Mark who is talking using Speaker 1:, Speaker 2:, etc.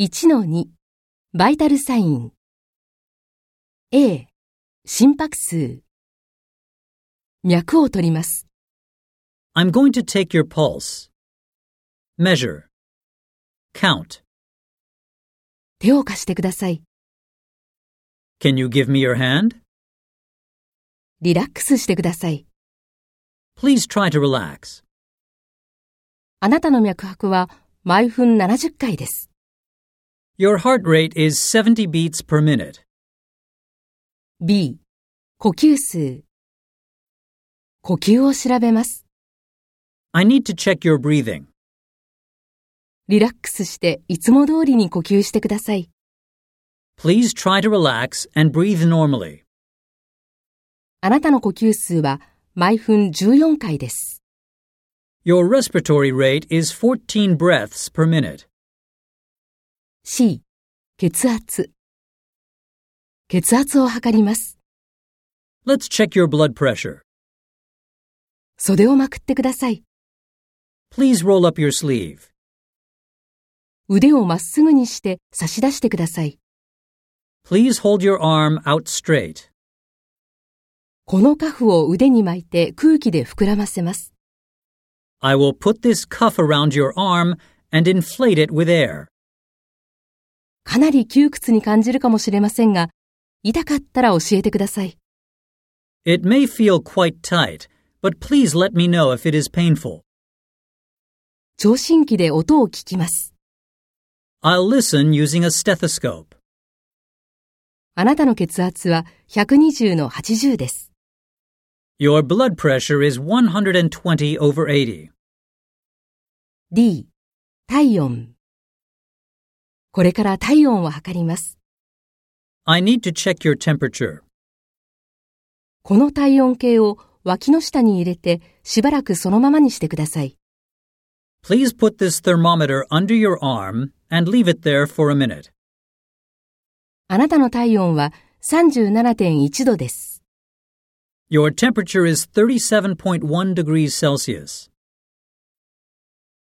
Speaker 1: 1-2バイタルサイン A 心拍数脈を取ります
Speaker 2: I'm going to take your pulse. Measure. Count.
Speaker 1: 手を貸してください
Speaker 2: Can you give me your hand?
Speaker 1: リラックスしてください
Speaker 2: Please try to relax.
Speaker 1: あなたの脈拍は毎分70回です
Speaker 2: Your heart rate is 70 beats per minute.
Speaker 1: B 呼吸数呼吸を調べます
Speaker 2: I need to check your breathing.
Speaker 1: リラックスしていつも通りに呼吸してください
Speaker 2: Please try to relax and breathe normally.
Speaker 1: あなたの呼吸数は毎分14回です
Speaker 2: Your respiratory rate is 14 breaths per minute.
Speaker 1: C 血圧血圧を測ります
Speaker 2: Let's check your blood pressure.
Speaker 1: 袖をまくってください
Speaker 2: Please roll up your sleeve.
Speaker 1: 腕をまっすぐにして差し出してください
Speaker 2: Please hold your arm out straight.
Speaker 1: このカフを腕に巻いて空気で膨らませます
Speaker 2: I will put this cuff around your arm and inflate it with air.
Speaker 1: かなり窮屈に感じるかもしれませんが痛かったら教えてください
Speaker 2: It may feel quite tight, but please let me know if it is painful.
Speaker 1: 聴診器で音を聞きます
Speaker 2: I'll listen using a stethoscope.
Speaker 1: あなたの血圧は120の80です
Speaker 2: Your blood pressure is 120 over 80.
Speaker 1: D 体温これから体温を測ります
Speaker 2: I need to check your temperature.
Speaker 1: この体温計を脇の下に入れてしばらくそのままにしてください。
Speaker 2: Please put this thermometer under your arm and leave it there for a minute.
Speaker 1: あなたの体温は37.1度です。
Speaker 2: Your temperature is 37.1 degrees Celsius.